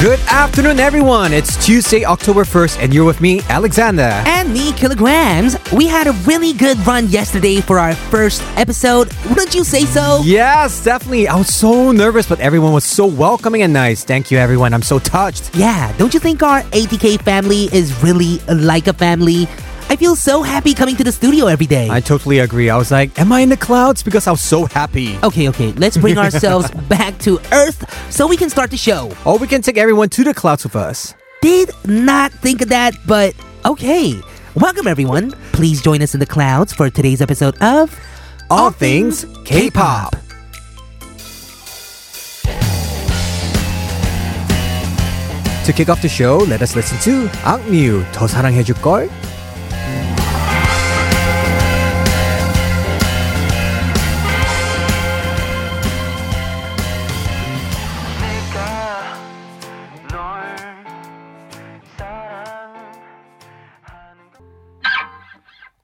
Good afternoon, everyone. It's Tuesday, October 1st, and you're with me, Alexander. And me, Kilograms. We had a really good run yesterday for our first episode. Wouldn't you say so? Yes, definitely. I was so nervous, but everyone was so welcoming and nice. Thank you, everyone. I'm so touched. Yeah, don't you think our ATK family is really like a family? I feel so happy coming to the studio every day. I totally agree. I was like, Am I in the clouds? Because I was so happy. okay, okay, let's bring ourselves back to Earth so we can start the show. Or Oh, we can take everyone to the clouds with us. Did not think of that, but okay. Welcome, everyone. Please join us in the clouds for today's episode of All things K pop. To kick off the show, let us listen to 악뮤 더 사랑해줄걸? 내가 널 사랑하는 것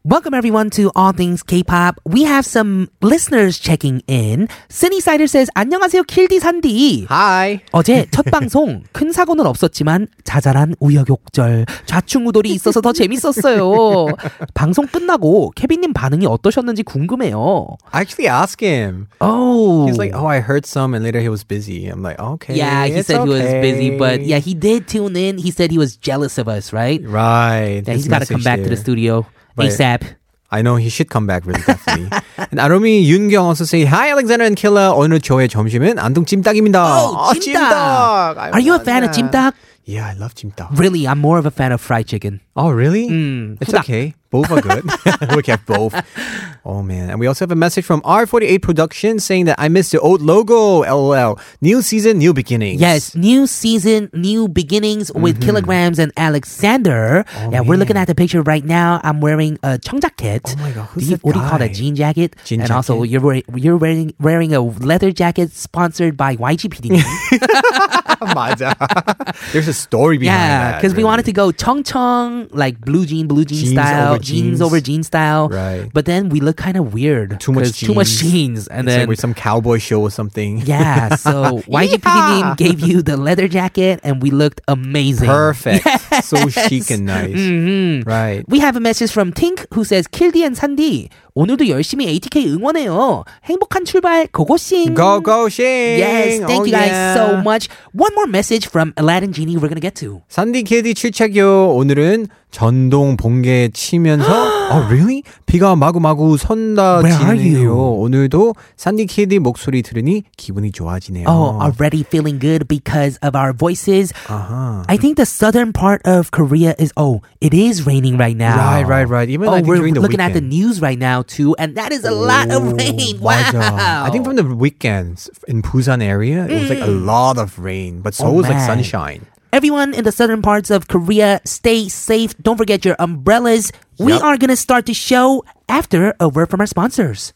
Welcome everyone to All Things K-pop. We have some listeners checking in. Sunny Sider says 안녕하세요 킬디 산디. Hi. 어제 첫 방송 큰 사고는 없었지만 자잘한 우여곡절 좌충우돌이 있어서 더 재밌었어요. 방송 끝나고 케빈님 반응이 어떠셨는지 궁금해요. I actually asked him. Oh, He's like, oh, I heard some, and later he was busy. I'm like, okay. yeah, he it's said he was busy, but okay." yeah, he did tune in. He said he was jealous of us, right? right. Yeah, this he's got to come message back to the there. studio Right. ASAP. I know he should come back really definitely. and Arumi Yoongyung also say, hi, Alexander and Killa. 오늘 저의 점심은 안동 찜닭입니다. Oh, Jimdak. I Are you a want fan of that. Jimdak? Yeah, I love Jimdak. Really, I'm more of a fan of fried chicken. Oh, really? Mm, It's 후dak. okay. Both are good. we can have both. Oh, man. And we also have a message from R48 Production saying that I missed the old logo. LOL. New season, new beginnings. Mm-hmm. Yes, new season, new beginnings with Kilograms and Alexander. yeah, we're looking at the picture right now. I'm wearing a 청자cket. Oh my God, who's Do you- that what do you call guy? that? Jean jacket. Jean and also, jacket. you're wearing, you're wearing wearing a leather jacket sponsored by YGPD. 맞아. There's a story behind yeah, that. because we really. wanted to go chong chong like blue jean, blue jean Jeans style, over jeans. jeans over jean style. Right. But then we look kind of weird. Too much 'cause Too much jeans. jeans, and It's like then with some cowboy show or something. Yeah, so YGPD Yeehaw! Nim gave you the leather jacket and we looked amazing. Mm-hmm. Perfect. So chic and nice. Mm. Right. We have a message from Tink who says 킬디 and 산디 오늘도 열심히 ATK 응원해요. 행복한 출발 고고싱. Go, go, Shane. Yes, thank Oh, you guys yeah. so much. One more message from Aladdin Genie we're going to get to. 산디캐디 출첵요. 오늘은 전동 봉개 치면서 Oh really? 비가 마구마구 선다 Where are 지네요. you? 오늘도 산디캐디 목소리 들으니 기분이 좋아지네요. Oh, already feeling good because of our voices. Uh-huh. I think the southern part of Korea is oh, it is raining right now. Right, right, right. Even oh, I think we're during the looking at the weekend. Oh, news right now too, and that is a lot of rain. Wow. Mm. 맞아. I think from the weekends in Busan area, it was like a lot of rain, but so Oh, was like man. sunshine. Everyone in the southern parts of Korea, stay safe. Don't forget your umbrellas. We Yep. are going to start the show after a word from our sponsors.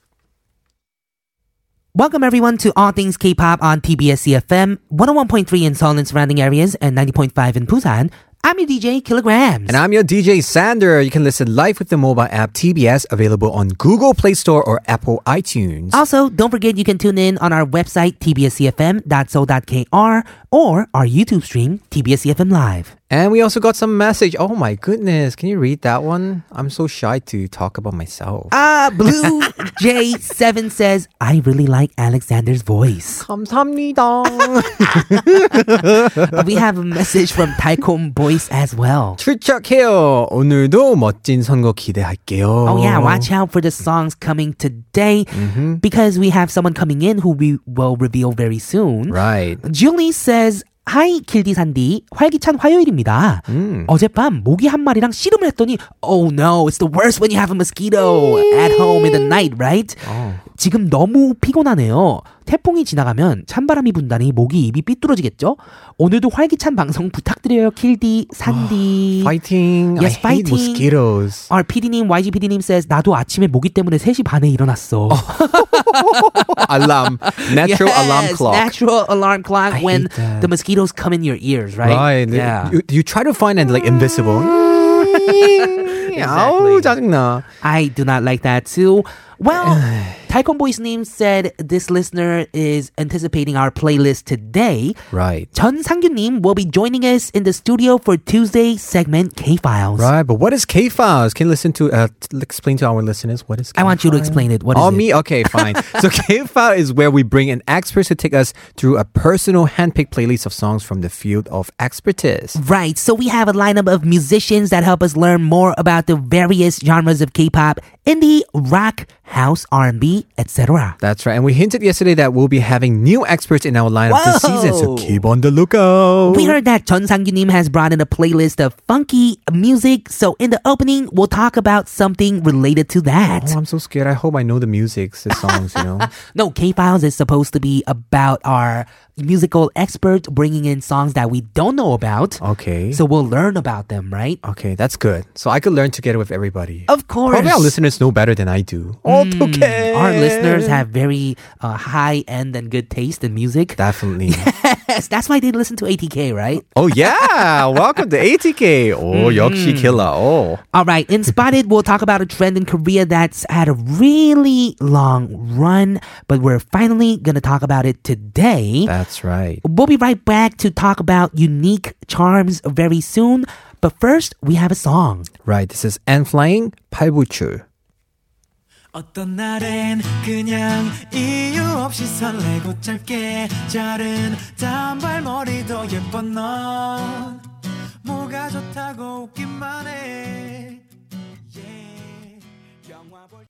Welcome everyone to All Things K-pop on TBS CFM, 101.3 in Seoul and surrounding areas and 90.5 in Busan. I'm your DJ Kilograms. And I'm your DJ Sander. You can listen live with the mobile app TBS available on Google Play Store or Apple iTunes. also, don't forget you can tune in on our website tbscfm.so.kr or our YouTube stream tbscfm live. And we also got some message. Oh my goodness, can you read that one? I'm so shy to talk about myself. Ah, Blue J7 says, I really like Alexander's voice. 감사합니다. we have a message from Taekom Boys as well. 출첵해요. 오늘도 멋진 선거 기대할게요. Oh yeah, watch out for the songs coming today because we have someone coming in who we will reveal very soon. Right. Julie says, Hi, 길디 산디. 활기찬 화요일입니다. 어젯밤 모기 한 마리랑 씨름을 했더니 Oh no, it's the worst when you have a mosquito at home in the night, right? 지금 너무 피곤하네요. 태풍이 지나가면 찬바람이 분다니 모기 입이 삐뚤어지겠죠? 오늘도 활기찬 방송 부탁드려요, 킬디, 산디. 아, Fighting. Yes, I hate fighting. mosquitoes. our PD님, YGPD님 says 나도 아침에 모기 때문에 3시 반에 일어났어. alarm. Oh, Natural alarm Yes, clock. Natural alarm clock I when hate that. the mosquitoes come in your ears, right? Right. Yeah. You, you try to find it like invisible. 아우, 짜증나. I do not like that too. Well, Taikon Boys님 said this listener is anticipating our playlist today. Right. Chun Sangyu-nim will be joining us in the studio for Tuesday segment K Files. Right, but what is K files? Can you listen to uh, t- explain to our listeners what is. I want you to explain it. What is Oh, it? me? Okay, fine. so, K file is where we bring in experts to take us through a personal handpicked playlist of songs from the field of expertise. Right, so we have a lineup of musicians that help us learn more about the various genres of K-pop, indie, rock, house, R&B, etc. That's right. And we hinted yesterday that we'll be having new experts in our lineup this season. So Whoa. keep on the lookout. We heard that Chun Sang-yunim has brought in a playlist of funky music, so in the opening, we'll talk about something related to that. Oh, I'm so scared. I hope I know the music, the songs, you know. No, K Files is supposed to be about our musical expert bringing in songs that we don't know about. Okay. So we'll learn about them, right? okay, that's good. So I could learn together with everybody. Of course. Oh, Probably our listeners know better than I do. Hmm. Okay. Our listeners have very uh, high end and good taste in music. Definitely. Yes, that's why they listen to ATK, right? Oh yeah, welcome to ATK. Hmm. Oh, 역시 killer. Oh. All right, in Spotted, we'll talk about a trend in Korea that's had a really long run, but we're finally going to talk about it today. That's right. We'll be right back to talk about unique charms very soon. But first, we have a song. Right. This is N flying 팔부출. 어떤 날엔 그냥 이유 없이 설레고 짧게 자른 단발머리도 예쁜 넌 뭐가 좋다고 웃기만 해 예. yeah. 영화 볼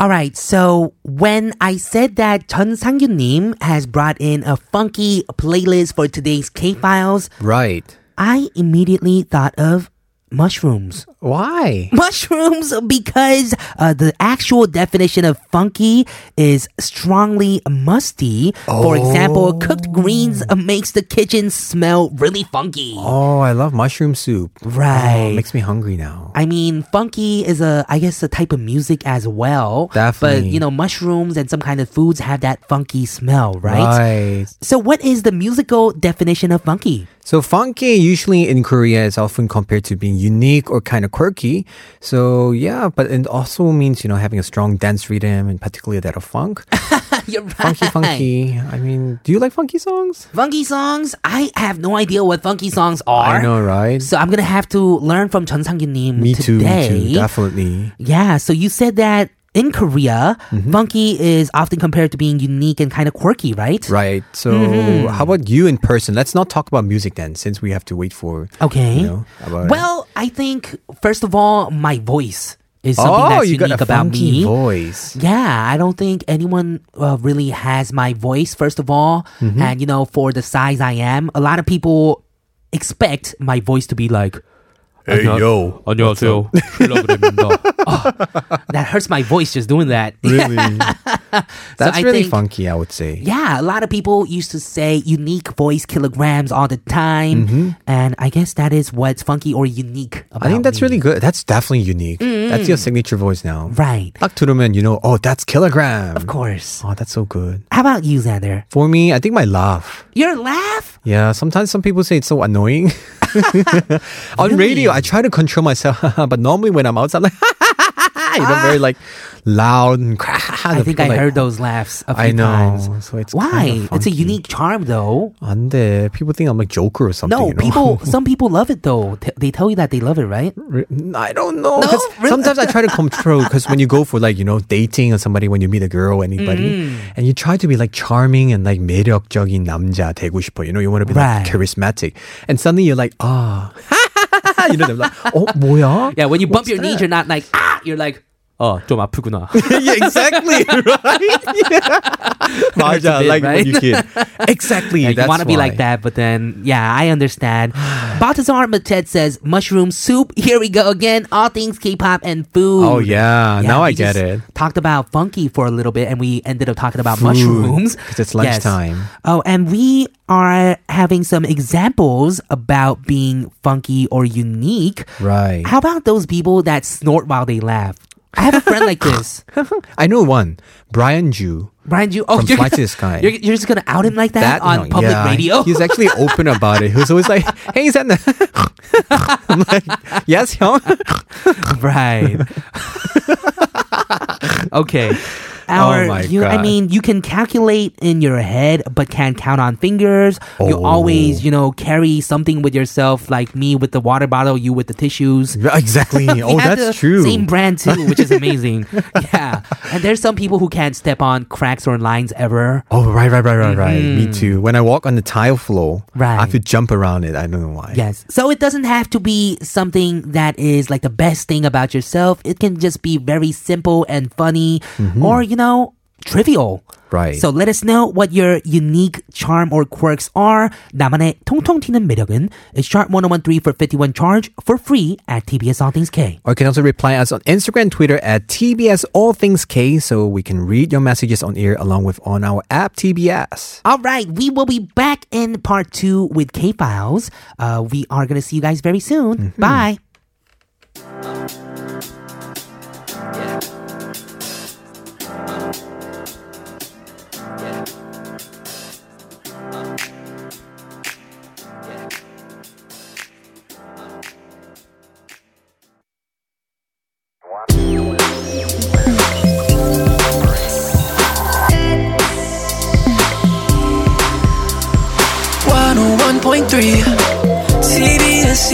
All right, so when I said that Chun Sang-yunim has brought in a funky playlist for today's K-Files, Right. I immediately thought of mushrooms. Why? mushrooms because uh, the actual definition of funky is strongly musty. For example, cooked greens makes the kitchen smell really funky. Oh, I love mushroom soup. Right. Oh, makes me hungry now. I mean, funky is a, I guess, a type of music as well. Definitely. But, you know, mushrooms and some kind of foods have that funky smell, right? Right. So, what is the musical definition of funky? So funky usually in Korea is often compared to being unique or kind of quirky. So yeah, but it also means you know having a strong dance rhythm and particularly that of funk. You're right. Funky, funky. I mean, do you like funky songs? Funky songs? I have no idea what funky songs are. I know, right? So I'm gonna have to learn from Chun Sang-yunim me too, today. me too, definitely. yeah. So you said that in Korea, Mm-hmm. funky is often compared to being unique and kind of quirky, right? Right. So, Mm-hmm. how about you in person? Let's not talk about music then, since we have to wait for. Okay. You know, about Well, I think first of all, my voice is something oh, that's you unique got a about funky me. voice. Yeah, I don't think anyone uh, really has my voice, first of all. Mm-hmm. And, you know, for the size I am, a lot of people expect my voice to be like, Hey yo, 안녕하세요. 필라그램입니다. Oh, that hurts my voice just doing that. really? That's I really think- funky, I would say. Yeah, a lot of people used to say unique voice kilograms all the time. And I guess that is what's funky or unique Mm-hmm. about Mm-hmm. I think that's me. really good. That's definitely unique. That's your signature voice now. right. 딱 들으면 you know, oh, that's kilogram. Of course. Oh, that's so good. How about you, Xander? For me, I think my laugh. Your laugh? Yeah, sometimes some people say it's so annoying. On radio, I try to control myself, but normally when I'm outside, like, you know, very like loud and I think I heard those laughs a few I know. times. So it's Why? kind of it's funky. a unique charm, though. 안 돼. People think I'm like Joker or something. No, you know? people. Some people love it though. T- they tell you that they love it, right? Re- I don't know. No? 'Cause Really? Sometimes I try to control because when you go for like you know dating or somebody when you meet a girl anybody Mm. and you try to be like charming and like 매력적인 남자 되고 싶어. You know you want to be Right. like charismatic and suddenly you're like ah. you know, they're like, oh, 뭐야? Yeah. When you bump your knees, you're not like ah. You're like 어, 좀 아프구나. yeah, exactly, right? Yeah. 맞아, bit, like right? when you kid. Exactly. Yeah, you that's want to be like why. that, but then, yeah, I understand. Baltazar Matet says, mushroom soup. Here we go again. All things K-pop and food. Oh yeah, now we I get just it. Talked about funky for a little bit, and we ended up talking about Food, mushrooms 'cause it's Yes. lunchtime. Oh, and we are having some examples about being funky or unique. Right. How about those people that snort while they laugh? I have a friend like this. I know one, Brian Jew. Brian, you oh, From you're, Flight to gonna- the Sky. You're, you're just gonna out him like that, no, on public yeah, radio. He's actually open about it. He was always like, "Hey, is that?" I'm like, "Yes, 형." Right. Okay. Our, Oh my you, I God. mean, you can calculate in your head, but can't count on fingers. You Oh. always, you know, carry something with yourself, like me with the water bottle, you with the tissues. Exactly. We oh, had that's the true. Same brand too, which is amazing. yeah, and there's some people who can't step on cracks or lines ever. Oh, right, right, right, right, right. Me too. When I walk on the tile floor, Mm-hmm. Right. I have to jump around it. I don't know why. Yes. So it doesn't have to be something that is like the best thing about yourself. It can just be very simple and funny or, you know, trivial. Right. So let us know what your unique charm or quirks are. 나만의 통통 튀는 매력은 It's sharp 1013 for 51 charge for free at TBS All Things K. Or you can also reply us on Instagram, Twitter at TBS All Things K so we can read your messages on air along with on our app TBS. All right, we will be back in part two with K Files. Uh, we are going to see you guys very soon. Bye. CBS oh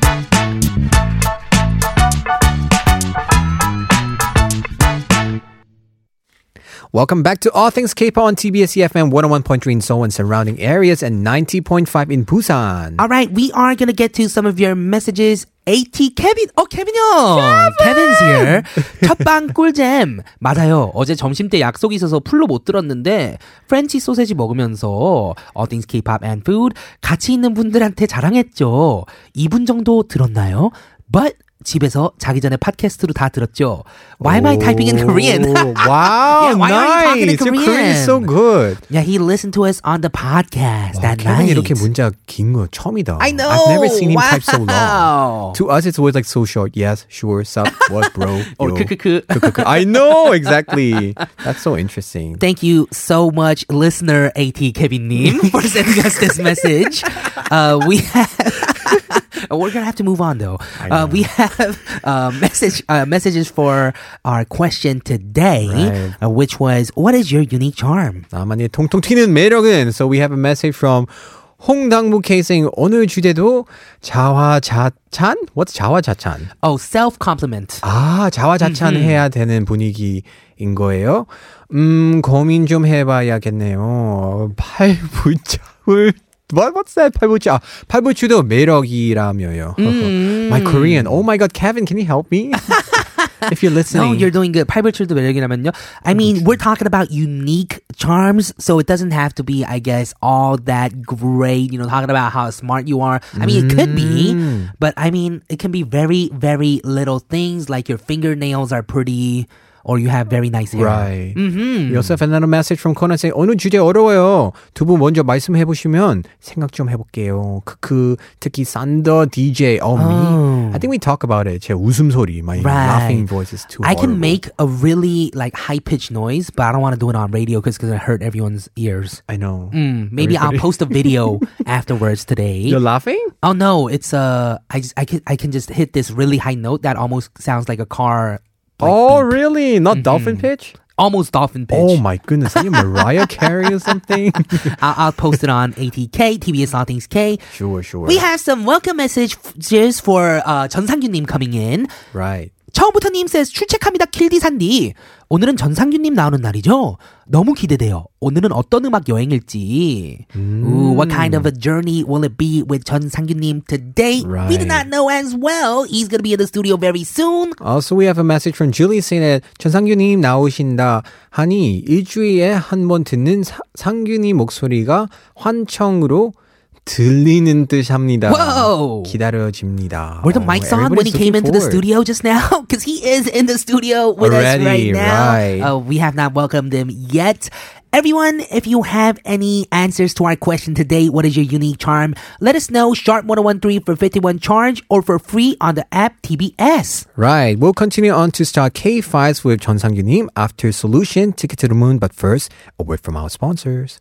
Welcome back to All Things K-Pop on TBS EFM 101.3 in Seoul and surrounding areas and 90.5 in Busan. All right, we are gonna get to some of your messages. AT 케빈, 어 케빈 형, 케빈's here. 첫방 꿀잼 맞아요. 어제 점심 때 약속이 있어서 풀로 못 들었는데 프렌치 소세지 먹으면서 All Things K-pop and Food 같이 있는 분들한테 자랑했죠. 2분 정도 들었나요? But 집에서 자기 전에 팟캐스트로 다 들었죠. Why am I typing in Korean? Oh, wow, Yeah, why are you talking in nice. Your Korean is so Korean? good. yeah, he listened to us on the podcast 와, that 케빈이 night. 이렇게 문자 긴거 처음이다. I know. I've never seen him type so Wow. long. To us, it's always like so short. Yes, sure, sup, what, bro? 어, yo. 크크크. 크크크. I know exactly. That's so interesting. Thank you so much, listener AT Kevin Neem, for sending us this message. Uh, we have. We're gonna have to move on though. Uh, we have uh, message uh, messages for our question today, Right. uh, which was, "What is your unique charm?" 나만의 통통 튀는 매력은 so we have a message from 홍당무 K saying 오늘 주제도 자화자찬? What's 자화자찬? Oh, self compliment. 아, 자화자찬해야 되는 분위기인 거예요? 음, 고민 좀 해봐야겠네요. 팔부추를, what, what's that? 팔부추. 아, 팔부추도 매력이라며요. my Korean. Oh my god, Kevin, can you help me? If you're No, listening. you're doing good. 팔불출도 매력이라면요. I mean, we're talking about unique charms, so it doesn't have to be, I guess, all that great. You know, talking about how smart you are. I mean, it could be, Mm. but I mean, it can be very, very little things like your fingernails are pretty, or you have very nice hair. Right. Mm-hmm. We also have another message from Conan saying 오늘 주제 어려워요. 두 분 먼저 말씀해 보시면 생각 좀 해볼게요. 크크. 특히 산더 DJ on me. I think we talk about it. 제 웃음소리, my Oh. Right. laughing voice is too. I can horrible. make a really like high pitched noise, but I don't want to do it on radio because it hurt everyone's ears. I know. Mm, maybe I'll Everybody- post a video afterwards today. You're laughing? Oh no, it's uh I just I can I can just hit this really high note that almost sounds like a car like, oh, really? Not dolphin pitch? almost dolphin Mm-hmm. pitch. Oh my goodness. Are you Mariah Carey or something? I'll, I'll post it on ATK TBS All Things K. sure, sure. We have some welcome messages for uh, 전상규님 coming in. right. 처음부터님 says 출첵합니다 킬디산디. 오늘은 전상규님 나오는 날이죠. 너무 기대돼요. 오늘은 어떤 음악 여행일지. Ooh, what kind of a journey will it be with 전상규님 today? We do Right. not know as well. He's gonna be in the studio very soon. Also, we have a message from Julie saying that 전상규님 나오신다 하니 일주일에 한 번 듣는 사- 상균이 목소리가 환청으로 들리는 듯합니다. Whoa. 기다려집니다. Were the Oh, mics on when he everybody's came into looking the forward. studio just now? Because he is in the studio with us Already, right now. Oh, right. Uh, we have not welcomed him yet. Everyone, if you have any answers to our question today, what is your unique charm? Let us know sharp1013 for 51 charge or for free on the app TBS. Right. We'll continue on to star K5s with 전상규님 after solution ticket to the moon. But first, a word from our sponsors.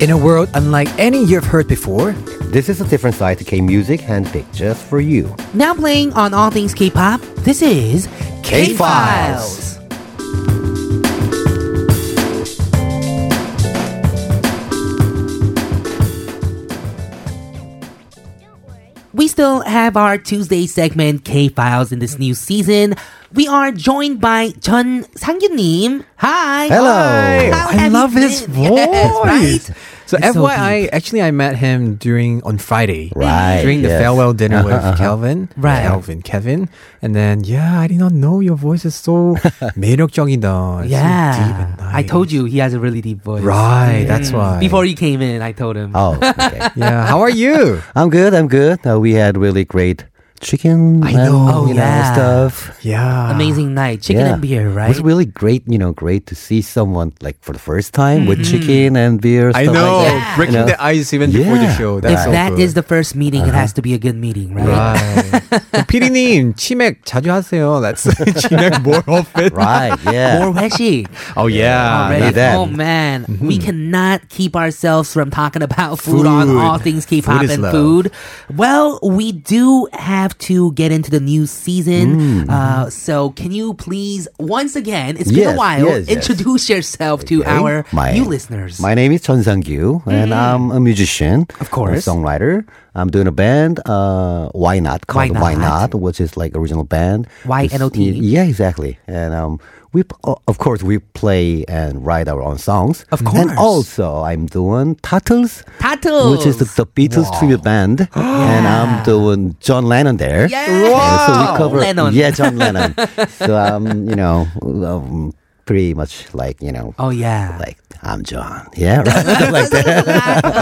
In a world unlike any you've heard before, This is a different side to K Music handpicked just for you. Now playing on all things K-pop, this is K-Files. We still have our Tuesday segment K-Files in this new season. We are joined by Chun Sang-gyun-nim. Hi. Hello. Hi. How I have you love his been? Yes, right? voice. So It's so FYI, actually, I met him during on Friday, Right, During the yes. farewell dinner with Kelvin, Uh-huh, Right. Kelvin, Kevin, and then yeah, I did not know your voice is so 매력적이다. It's so deep Yeah. and I told you he has a really deep voice. Right, that's why. Before he came in, I told him. Oh, okay. yeah, how are you? I'm good. I'm good. Uh, we had really great chicken. I and, know. you Yeah. know stuff. Yeah, Amazing night. Chicken Yeah. and beer, It right? was really great. You know, great to see someone like for the first time with chicken and beer. I stuff like know. that, Yeah. Breaking you know. the ice even before the Yeah. show. if That's so that good. is the first meeting, Uh-huh. it has to be a good meeting, right? right. 피디님 치맥 자주 하세요. That's 치맥 more often. Right? Yeah. More 회식. Oh yeah. Already. that- not Mm-hmm. Oh bad. man, we cannot keep ourselves from talking about Food. food, on all things K-pop Food is and love. food. Well, we do have to get into the new season. Mm. Uh, so can you please once again? It's been a Yes, while. yes, yes. introduce yourself to Okay. our My- new listeners. Mm-hmm. My name is Chun Sang Gyu, and I'm a musician, Of course. a songwriter. I'm doing a band, uh, Why Not, called Why Why Not? Not, which is like original band. YNOT. Yeah, exactly. And um, we, p- o- of course, we play and write our own songs. Of course. And also, I'm doing Turtles, Turtles. which is the, the Beatles tribute band, and I'm doing John Lennon there. Yeah. Yeah, so Wow. we cover Lennon. yeah John Lennon. so um, you know, um, pretty much like you know, Oh yeah. like I'm John. Yeah, right? Stuff like that.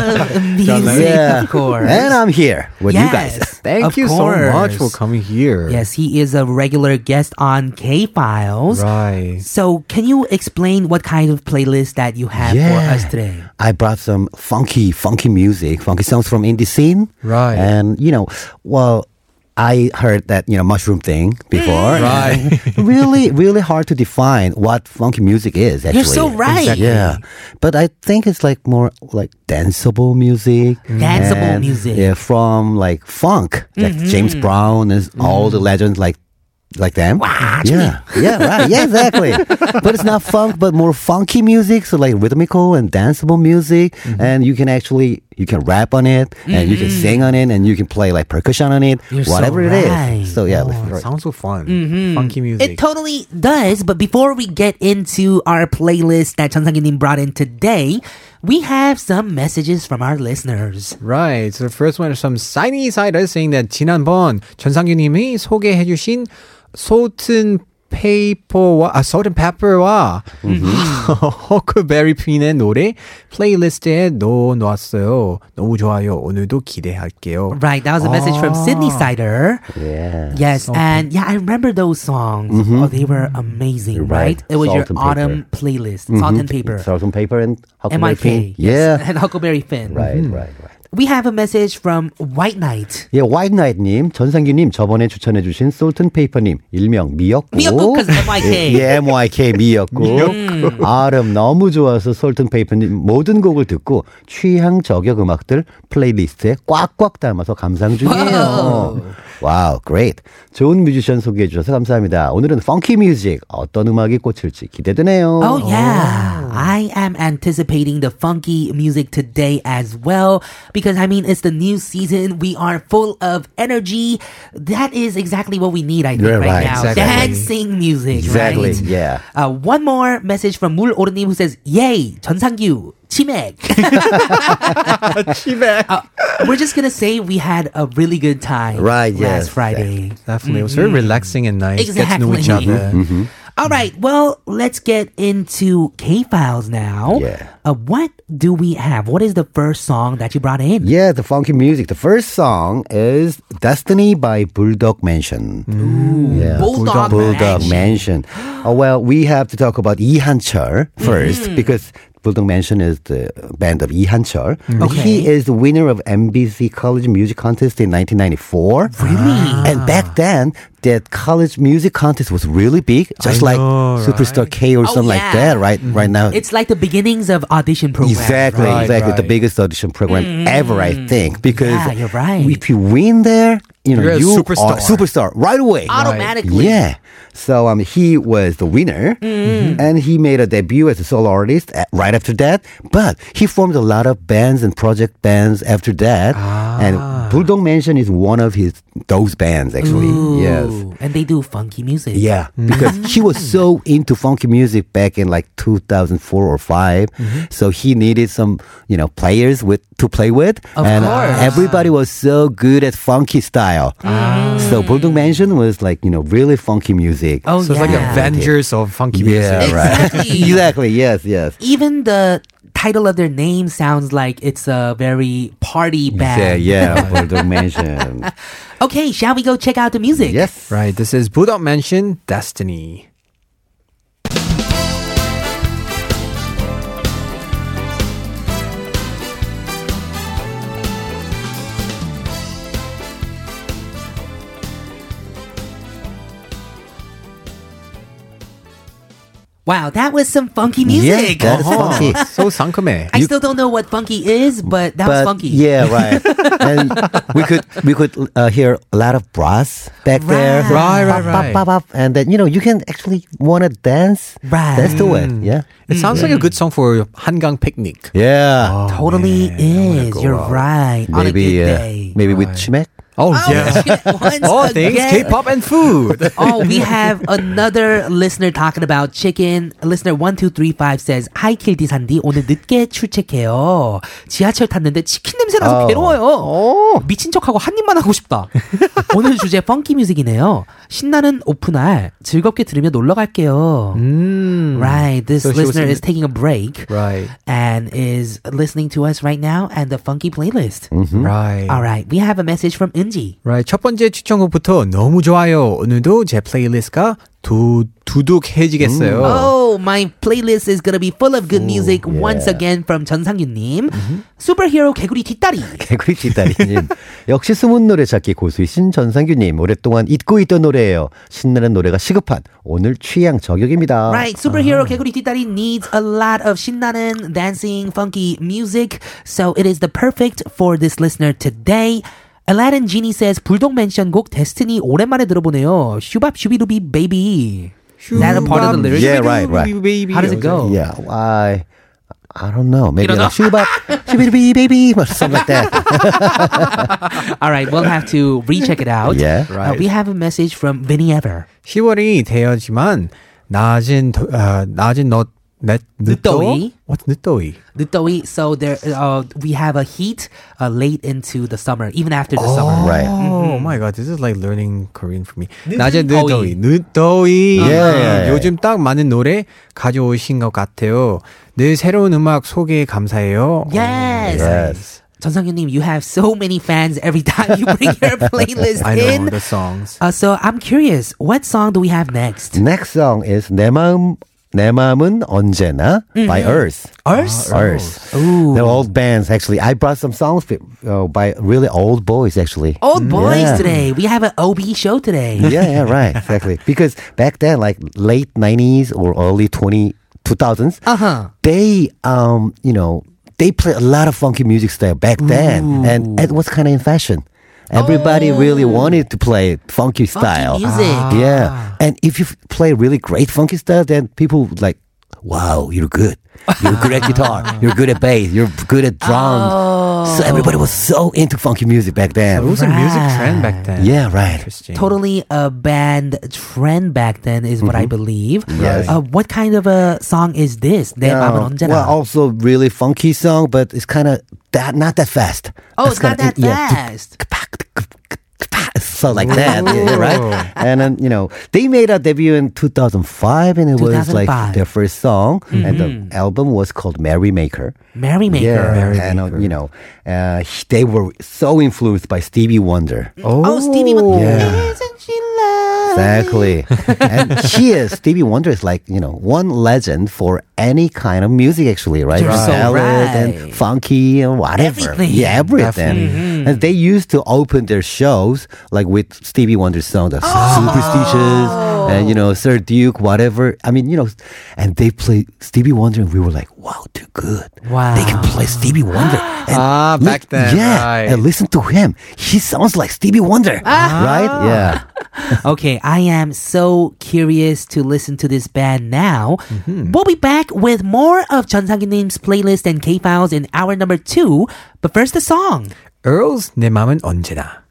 music, Yeah. of course. And I'm here with you Yes. guys. Thank Of you so much for course. coming here. Yes, he is a regular guest on K Files. Right. So, can you explain what kind of playlist that you have for us today? I brought some funky, funky music, funky songs from indie scene. Right. And you know, well, I heard that you know mushroom thing Mm. before. Right. really, really hard to define what funky music is. Actually, You're so right. Exactly. Yeah, but I think it's like more like danceable music. Danceable and, music. Mm-hmm. Yeah, from like funk, like James Brown and all Mm. the legends like. Like them, yeah, yeah, right, yeah, exactly. but it's not funk, but more funky music, so like rhythmical and danceable music, Mm-hmm. and you can actually you can rap on it, and you can sing on it, and you can play like percussion on it, You're so whatever it right. is. So yeah, Oh, it sounds so fun. Funky music. Mm-hmm. It totally does. But before we get into our playlist that Chun Sang-in brought in today, we have some messages from our listeners. Right. So the first one is from Shiny Side saying that 지난번 전상규님이 소개해주신 소튼 페이퍼와 아 소튼 페퍼와 Mm-hmm. 허크베리 핀의 노래 플레이리스트에 넣어놨어요. 너무 좋아요. 오늘도 기대할게요. Right, that was a message from Sydney Cider. yeah. Oh. Yes, and yeah, I remember those songs. Oh, they were amazing, right? right. It was your Salt and autumn playlist, Salt and Paper, Salt and paper and huckleberry MIK, pin. yes, Mm-hmm. Yeah. and Huckleberry Finn. right, right, right. We have a message from White Knight. 예, 화이트 나이트님, 전상규님 저번에 추천해주신 솔튼페이퍼님 일명 미역국. 미역국, 'cause MIK. 예, 예, MYK 미역국. 음. 아름 너무 좋아서 솔튼페이퍼님 모든 곡을 듣고 취향 저격 음악들 플레이리스트에 꽉꽉 담아서 감상 중이에요. 와우, great. 좋은 뮤지션 소개해 주셔서 감사합니다. 오늘은 펑키 뮤직 어떤 음악이 꽂힐지 기대되네요. Oh, yeah. I am anticipating the funky music today as well because I mean, it's the new season. We are full of energy. That is exactly what we need, I think, Yeah, right, right, now. exactly. Dancing music, Exactly, right? yeah. Uh, one more message from Mul Orni who says, Yay, 전상규, 치맥. 치맥. Uh, we're just going to say we had a really good time Right, last yes, Friday. Definitely. It was very relaxing and nice. Get to know each Mm-hmm. Exactly. Mm-hmm. other. All right, well, let's get into K Files now. Yeah. Uh, what do we have? What is the first song that you brought in? Yeah, the funky music. The first song is Destiny by Bulldog Mansion. Yeah. Bulldog Bulldog Mansion. Mansion. Oh, well, we have to talk about Lee Hanchul Mm-hmm. 1st because Bulldog Mansion is the band of Lee Hanchul. Mm-hmm. Okay. He is the winner of MBC College Music Contest in 1994. Really? And back Ah. then, that college music contest was really big, just like Superstar K or Oh, something like yeah. that, right? Right now, It's like the beginnings of audition programs. Exactly, Right, exactly. The right. biggest audition program ever, I think. Because Yeah, you're right. if you win there, you know, You're a you superstar. are superstar right away. Automatically. Yeah. So um, he was the winner, and he made a debut as a solo artist at, right after that. But he formed a lot of bands and project bands after that, and Bulldog Mansion is one of his those bands actually. Ooh, Yes. And they do funky music. Yeah, Mm-hmm. because he was so into funky music back in like 2004 or 5. Mm-hmm. So he needed some, you know, players with to play with. Of and course. Mm-hmm. everybody was so good at funky style. Ah. So Bulldog Mansion was like, you know, really funky music. Oh, So it's yeah. like Avengers of funky yeah, music. right. Exactly. exactly. Yes, yes. Even the title of their name sounds like it's a very party Yeah, band. yeah, Bulldog Mansion. Okay, shall we go check out the music? Yes. Right. This is Bulldog Mansion Destiny. Wow, that was some funky Yeah, music. that is Uh-huh. funky. so 상큼해. I still don't know what funky is, but that was But funky. yeah, right. and we could we could uh, hear a lot of brass back there, Right, right, Bop, bop, right. bop, bop. and then you know you can actually want to dance. Right. let's do it. Yeah, It sounds Mm-hmm. like a good song for 한강 picnic. yeah. Totally is. You're right. On a maybe good uh, day. maybe with Chimek. Oh, Oh, shit, once All things again. K-pop and food. Oh, we have another listener talking about chicken. Listener 1235 says, Hi, KD 산디. 오늘 늦게 출첵해요. 지하철 탔는데 치킨 냄새 나서 어. 괴로워요. 미친 척하고 한 입만 하고 싶다. 오늘 주제 펑키 뮤직이네요. 신나는 오픈할 즐겁게 들으며 놀러 갈게요. Right. This 음. So she was listener in- is taking a break Right. and is listening to us right now and the funky playlist. Mm-hmm. Right. All right. We have a message from 은지. Right. 첫 번째 추천곡부터 너무 좋아요. 오늘도 제 플레이리스트가 두, 음. 두둑해지겠어요. Oh, my playlist is gonna be full of good music once again from 전상윤님. Superhero 개구리 뒷다리. Uh-huh. 개구리치다리님 역시 숨은 노래 찾기 고수이신 전상규님 오랫동안 잊고 있던 노래예요 신나는 노래가 시급한 오늘 취향 저격입니다 Right, superhero 개구리 뒷다리 needs a lot of 신나는 dancing, funky music, so it is the perfect for this listener today. Aladdin Genie says 불독 멘션 곡 데스티니 오랜만에 들어보네요. 슈밥 슈비루비 베이비. Is that a part of the lyrics? Yeah, right, right. How does it 어, go? Yeah, I I don't know. Maybe don't like shubap, shibidi baby, or something like that. All right, we'll have to recheck it out. Yeah. Uh, we have a message from Vinny Ever. 10월이 되었지만 낮은 더- 아, 낮은 너 넷, 늦더위? 늦더위? What 늦더위? 늦더위. So there, uh, we have a heat uh, late into the summer, even after the summer. right. Oh my god, this is like learning Korean for me. 낮에 늦더위, 더위. 늦더위. 음. 예, 예, 예. 요즘 딱 맞는 노래 가져오신 것 같아요. 늘 새로운 음악 소개 감사해요. Yes. Yes. 전상현님, you have so many fans every time you bring your playlist I know in. the songs. Uh, so I'm curious, what song do we have next? Next song is 내 마음 내 마음은 언제나 by Earth. Ours? Oh. Earth. Ooh. They're old bands actually. I brought some songs uh, by really old boys actually. Mm. Old boys Uh, Yeah. today. We have an OB show today. yeah, yeah, right, exactly. Because back then, like late '90s or early 20, 2000s, Uh-huh. they, um, you know, they play a lot of funky music style back then, and it was kind of in fashion. Everybody really wanted to play funky style. Ah. music. Yeah. And if you f- play really great funky style, then people would like, wow, you're good. You're good at guitar. You're good at bass. You're good at drums. So everybody was so into funky music back It then. was a music trend back then. Yeah, right. Interesting. Totally a band trend back then is what I believe. Mm-hmm. Yes. Uh, what kind of a song is this? 내 맘은 언제나. Um, well, oh, also really funky song, but it's kind of that not that fast. oh, it's not kinda- that yeah, fast. So like that, yeah, right? And then you know they made a debut in 2005, and it was like 2005. their first song, and the album was called Merrymaker. Mm-hmm. Merrymaker. and uh, you know uh, he- they were so influenced by Stevie Wonder. Oh, Stevie Wonder. Yeah. Isn't she lovely? Exactly, and he is Stevie Wonder is like you know one legend for any kind of music actually, right? You're so Ballad right. and funky and whatever, Everything. yeah, everything. And they used to open their shows like with Stevie Wonder's song, the Oh. Superstitious, and you know Sir Duke, whatever. I mean, you know, and they played Stevie Wonder, and we were like, wow, too good. Wow. they can play Stevie Wonder. And Ah, li- back then, Yeah, right. and listen to him. He sounds like Stevie Wonder, Ah. right? Yeah. Okay, I am so curious to listen to this band now. We'll be back with more of Chun Nim's playlist and K Files in hour number two. But first, the song. Earls 내 맘은 언제나.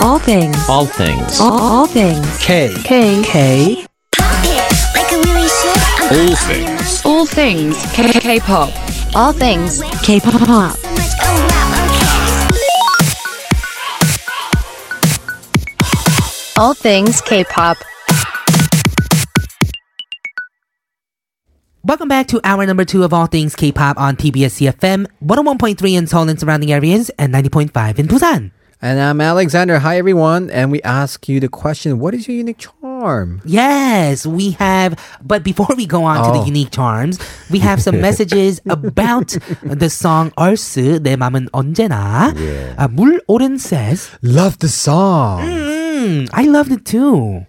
All things. All things. All, all things. K. K. K. All things. K. K. Pop. All things. K. Pop. All things K. Pop. Welcome back to hour number two of All Things K pop on TBS CFM, 101.3 in Seoul and surrounding areas, and 90.5 in Busan. And I'm Alexander. Hi everyone. And we ask you the question, what is your unique charm? Yes, we have. But before we go on to Oh. the unique charms, we have some messages about the song 얼스, 내 맘은 언제나. Uh, 물오른 says, Love the song. Mm, I loved it too.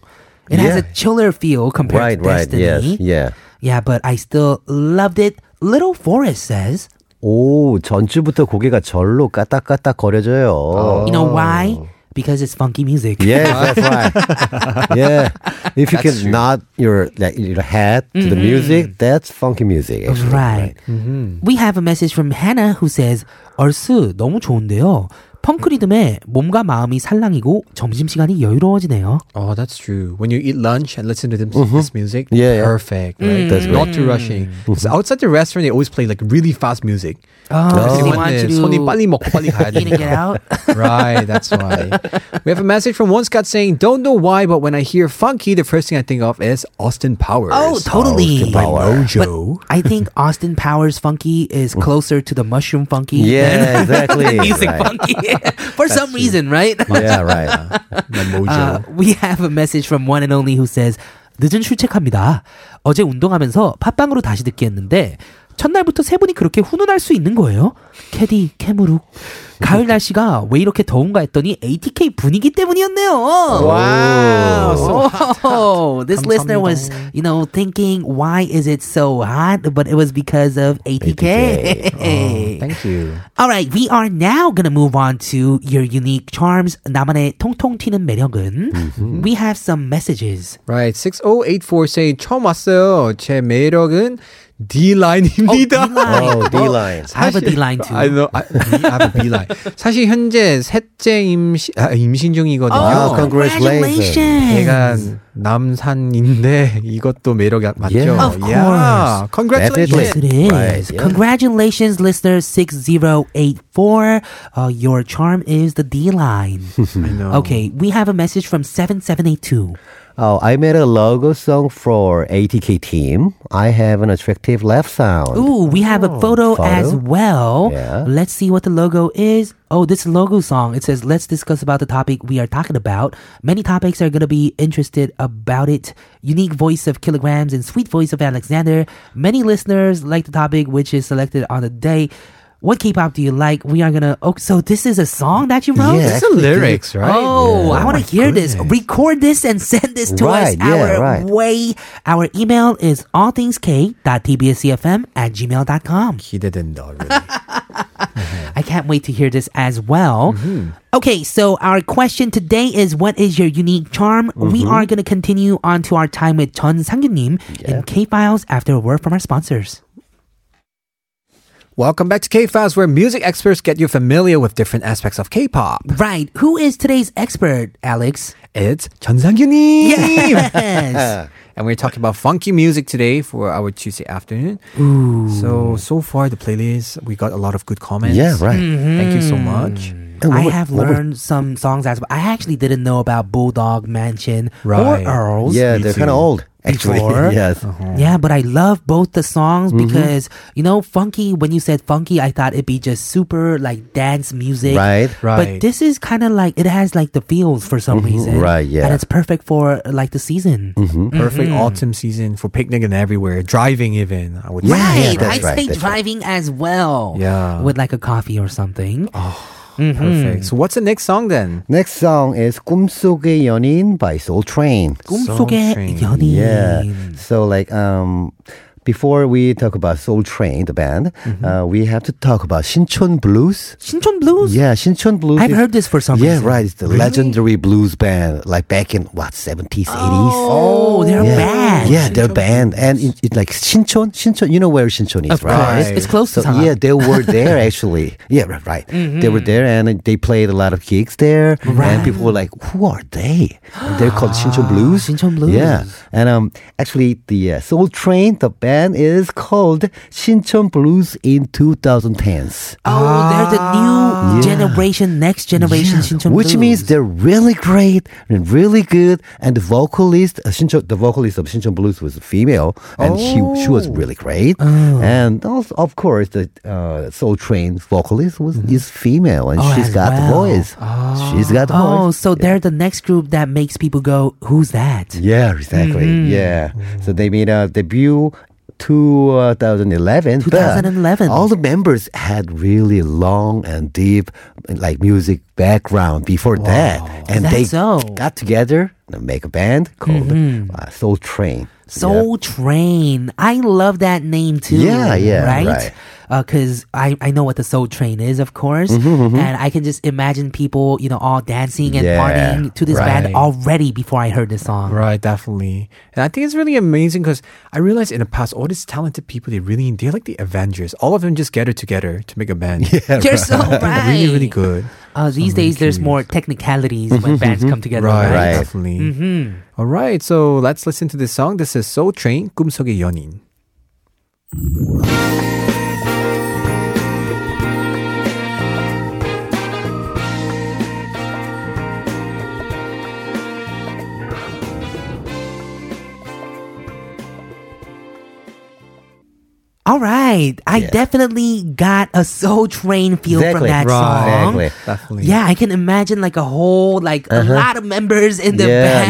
It has a Yeah. chiller feel compared Right, to right, Destiny. yes, yeah. Yeah, but I still loved it. Little Forest says, 오, Oh, 전주부터 고개가 절로 까딱까딱 거려져요. you know why? Because it's funky music. Oh. Yeah, that's right. yeah, if you can nod your like, your head to the music, that's funky music. Actually. Mm-hmm. Right. We have a message from Hannah who says, 얼스 너무 좋은데요. 펑크리듬에 몸과 마음이 살랑이고 점심시간이 여유로워지네요. Oh, that's true. When you eat lunch and listen to them, this music, Mm-hmm. Yeah, yeah. perfect. Mm. Right? That's Mm-hmm. Not too rushing. 'Cause outside the restaurant, they always play like really fast music. Oh, They want to 손이 빨리 먹고 빨리 가야 eat and get 되니까. out. right, that's why. We have a message from One Scott saying, "Don't know why, but when I hear funky, the first thing I think of is Austin Powers." Oh, totally. By Mojo. I think Austin Powers funky is closer to the mushroom funky. than- Yeah, exactly. music right. funky for some reason, right? Yeah, right. by Mojo. Uh, we have a message from one and only who says 늦은 출첵합니다. 어제 운동하면서 팟빵으로 다시 듣게 했는데 첫날부터 세 분이 그렇게 훈훈할 수 있는 거예요? 캐디, 캐무룩. 가을 날씨가 왜 이렇게 더운가 했더니 ATK 분위기 때문이었네요. Wow, so Oh, this listener was, you know, thinking why is it so hot? But it was because of ATK. Thank you. All right, we are now gonna move on to your unique charms. 나만의 통통 튀는 매력은 we have some messages. Right, 6084 say 처음 왔어요. 제 매력은 D 라인입니다. Oh, D line. I have a D-line too. I know. I, I have a B line. 사실 현재 셋째 임신 아, 임신 중이거든요. Oh, congratulations! 얘가 남산인데 이것도 매력 이 아, 맞죠? Yeah. Of Yeah. Yes, Congratulations. it is. Right, yeah. Congratulations, listener 6084. Uh, your charm is the D line. I know. okay, we have a message from 7782. Oh, I made a logo song for ATK team. I have an attractive laugh sound. Ooh, we have a photo, as Oh, photo? well. Yeah. Let's see what the logo is. Oh, this logo song. It says, "Let's discuss about the topic we are talking about." Many topics are gonna be interested about it. Unique voice of kilograms and sweet voice of Alexander. Many listeners like the topic, which is selected on the day. What K-pop do you like? We are gonna. Oh, so this is a song that you wrote. Yeah, It's the actually did. lyrics, right? Oh, I want to hear this. Record this and send this to us Right, yeah, our right. way. Our email is allthingsk.tbscfm at gmail.com. 기대된다. really. I can't wait to hear this as well. Mm-hmm. Okay, so our question today is what is your unique charm? We Mm-hmm. are going to continue on to our time with Chun Sang-yunim in K-Files after a word from our sponsors. Welcome back to K Files, where music experts get you familiar with different aspects of K pop. Right, who is today's expert, Alex? It's 전상균이! Yes. And we're talking about funky music today for our Tuesday afternoon. So, so far, the playlist, we got a lot of good comments. Yeah, right. Mm-hmm. Thank you so much. And I what- have what- learned some songs as well. I actually didn't know about Bulldog Mansion Right. or Earls. Yeah, they're kind of old. Actually, Before? Oh. Uh-huh. yes. Mm-hmm. Yeah, but I love both the songs because you know, funky. When you said funky, I thought it'd be just super like dance music, Right. Mm-hmm. Right. But this is kind of like it has like the feels for some reason, Right, yeah. Mm-hmm. and it's perfect for like the season. Perfect Mm-hmm. autumn season for picnicking everywhere, driving even, I would Yeah, say. Right, yeah, that's I'd right, say that's right. driving as well. Yeah. with like a coffee or something. Perfect. So, what's the next song then? Next song is 꿈속의 연인 by Soul Train. 꿈속의 Soul Train. 연인. Yeah. So like um before we talk about Soul Train the band, Mm-hmm. uh, we have to talk about Shinchon Blues. 신촌 blues. Yeah, Shinchon Blues. I've is- heard this for some Yeah, reason. right. It's the legendary blues band like back in what 70s, 80s. Oh, they're yeah. bad. Yeah, they're banned. And it, it like Shinchon, Shinchon, you know where Shinchon is, Of right? course, it's close So, to Mm-hmm. Sangha. yeah, they were there actually. Yeah, right. right. They were there and they played a lot of gigs there. And people were like, who are they? And they're called Shinchon Blues. Shincheon Blues. Yeah. And um, actually, the uh, Soul Train, the band is called Shinchon Blues in 2010s. Oh, they're the new generation, next generation Shincheon Which blues. means they're really great and really good. And the vocalist, uh, Shincheon- the vocalist of Shincheon Blues was a female, and she she Oh. was really great. And also, of course, the uh, Soul Train vocalist was is female, and Oh, she's as got the well. voice. She's got the Oh, voice. so they're the next group that makes people go, "Who's that?" Yeah, exactly. Yeah. So they made a debut. 2011 but 2011. all the members had really long and deep like music background before that and Is that they so? got together and make a band called uh, Soul Train Soul Train. I love that name too. Yeah, yeah, right. right. Because I, I know what the Soul Train is, of course, Mm-hmm, and I can just imagine people, you know, all dancing and Yeah, partying to this band right. already before I heard this song. Right, definitely. And I think it's really amazing because I realized in the past, all these talented people, they really, they're like the Avengers. All of them just gather together to make a band. Yeah. You're so right. Really, really good. Uh, these days, there's more technicalities when bands come together. Right, Mm-hmm, Right. definitely. All right, so let's listen to this song. This is Soul Train, 꿈속의 연인. All right, I definitely got a Soul Train feel from Exactly. that Right. song. Exactly. Uh-huh. Definitely. Yeah, I can imagine like a whole like a lot of members in the Yeah, band,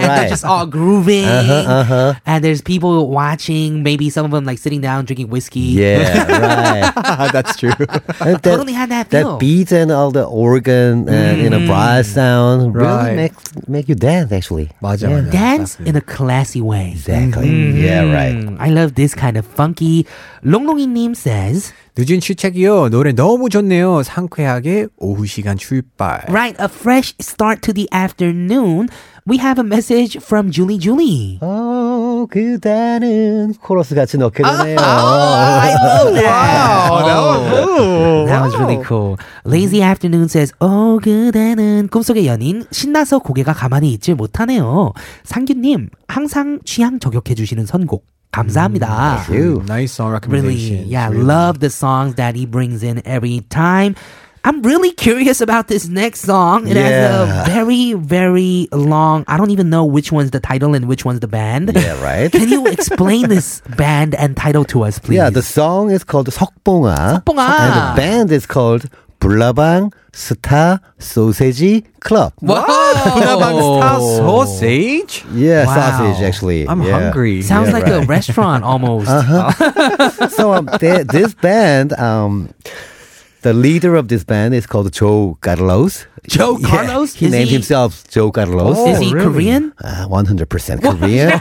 and they're right. Uh-huh, just all grooving. And there's people watching. Maybe some of them like sitting down drinking whiskey. yeah right That's true. And that, Totally had that feel. that beat and all the organ and you know brass sound Right. really make make you dance actually 맞아, 맞아. dance in a classy way. exactly yeah right Mm, I love this kind of funky. 롱롱이 님 says, 늦은 출첵이요. 노래 너무 좋네요. 상쾌하게 오후 시간 출발. right, a fresh start to the afternoon. We have a message from Julie Julie. 어 그대는 코러스 같이 넣게 되네요 Oh, I love that. That was really cool. Lazy Afternoon says, 어, 그대는 꿈속의 연인, 신나서 고개가 가만히 있질 못하네요. 상규님, 항상 취향 저격해주시는 선곡. 감사합니다. Ooh, 음, nice song really, recommendation. yeah, love the songs that he brings in every time. I'm really curious about this next song. It Yeah. has a very, very long. I don't even know which one's the title and which one's the band. Yeah, right. Can you explain this band and title to us, please? Yeah, the song is called 석봉아. 석봉아. And the band is called 불나방 스타 소세지 클럽. Wow. Bunabang Oh. star sausage? Yeah, Wow. sausage actually. I'm Yeah. hungry. Sounds Yeah, like a right. Uh-huh. restaurant almost. so um, th- this band, um, the leader of this band is called Joe Carlos. Joe Carlos? He Is named he- himself Joe Carlos. Is he Korean? One hundred percent Korean.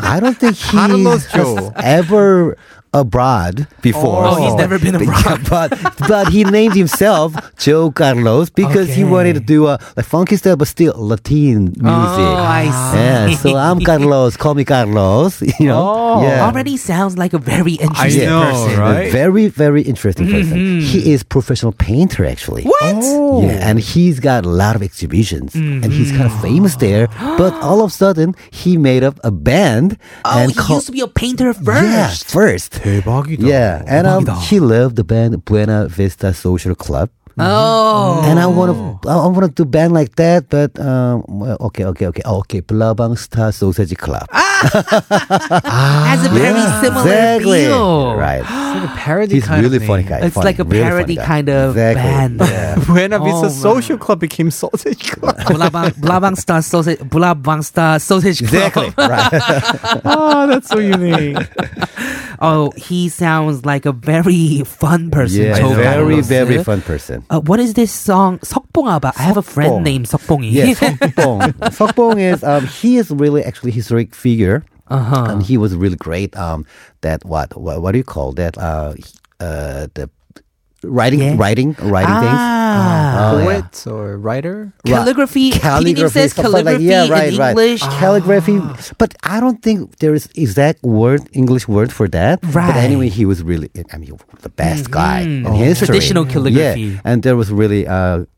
I don't think he Carlos has Joe. ever abroad before. Oh, he's so- never been but- abroad. but but he named himself Joe Carlos because he Okay. Oh, wanted to do a like funky stuff, but still Latin music. I Yeah, so I'm Carlos. Call me Carlos. You know. yeah. Oh, Already sounds like a very I interesting know, person. right? Very, very interesting person. He is professional painter actually. Mm-hmm. What? Yeah, and he's got a lot of exhibitions, and he's Mm-hmm. kind of famous there. But all of a sudden, he made up a band Oh, and he used to be a painter Yeah, first. first. 대박이다. Yeah, and um, 대박이다. he loved the band Buena Vista Social Club. Oh. And I want to, I want to do band like that, but um, well, okay, okay, okay, okay, Blabang Star Sausage Club. has a Ah, very similar exactly. feel. Right. It's like a parody He's kind really of funny name. guy. It's funny, like a really funny parody guy. kind of exactly. band. Yeah. Buena Oh, Vista man. Social Club became Sausage Club. Blabang, Blabang Star Sausage, Blabang Star Sausage Club. Exactly. right. oh, that's so unique. Oh, he sounds like a very fun person. Yeah, Joe very, Carlos. very fun person. Uh, what is this song? 석봉 about? I have a friend 석봉. named 석봉이. Yeah, Sokbong. Sokbong is um, he is really actually historic figure. Uh-huh. And he was really great. Um, that what what, what do you call that? Uh, he- uh, the writing, Yeah. writing, writing Ah. Oh, yeah. Poet or writer? things. Ra- calligraphy. calligraphy says something calligraphy yeah, right, in right. English. Ah. Calligraphy, but I don't think there is exact word English word for that. Right. Mm-hmm. Oh, But anyway, he was really, I mean, the best guy in history. Traditional calligraphy. Yeah, and there was really uh,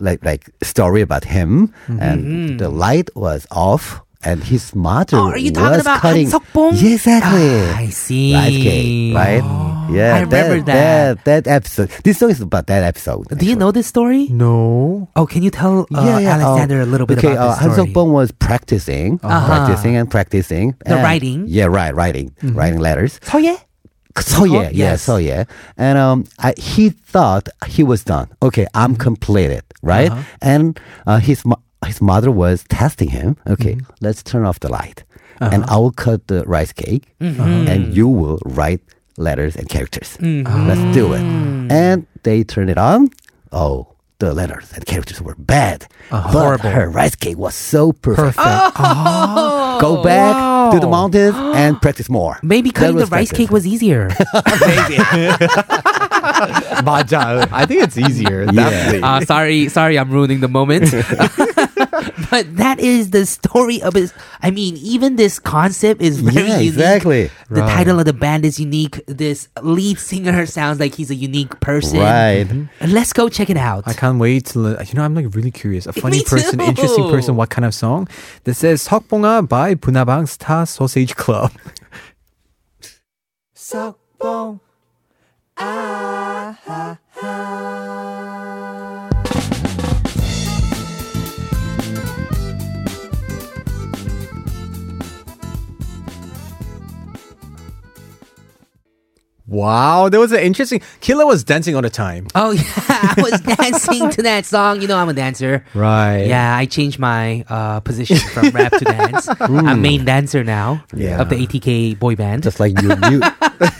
like like story about him, Mm-hmm. and the light was off, and his mother Oh, are you talking was about cutting. 한석봉? Yeah, exactly. Ah, I see. Oh, Right, okay, right? Yeah, I remember that. that that episode. This song is about that episode. Do you know this story? No. Oh, can you tell uh, Alexander a little bit okay, about uh, this story? Uh-huh. Han Seokbong was practicing, practicing and practicing. The and- writing? Mm-hmm. Yeah, right, writing, writing letters. 서예? So Oh, yeah, Oh, yeah, yes. so yeah. And um, I, he thought he was done. Okay, I'm Mm-hmm. completed, right? Uh-huh. And uh, his mo- his mother was testing him. Okay, Mm-hmm. let's turn off the light, and Uh-huh. I will cut the rice cake, Mm-hmm. and you will write letters and characters. Let's do it. Mm. And they turned it on. Oh. The letters and characters were bad, Uh, but her rice cake was so perfect. Go back to the mountains and practice Oh. more. Maybe cutting That the rice cake practice. was easier. 맞아. I think it's easier. Definitely. uh, sorry, sorry, I'm ruining the moment. but that is the story of his. I mean, even this concept is very Yeah, unique. exactly. The title of the band is unique. This lead singer sounds like he's a unique person. Right. Mm-hmm. Let's go check it out. I can't wait to learn. You know, I'm like really curious. A funny Me person, too. interesting person, what kind of song? This is 석봉아 by Bunabang Star Sausage Club. Wow, that was an interesting. Killer was dancing all the time. Oh yeah, I was dancing to that song. You know, I'm a dancer. Right. Yeah, I changed my uh, position from rap to dance. I'm main dancer now Yeah. of the ATK boy band. Just like your new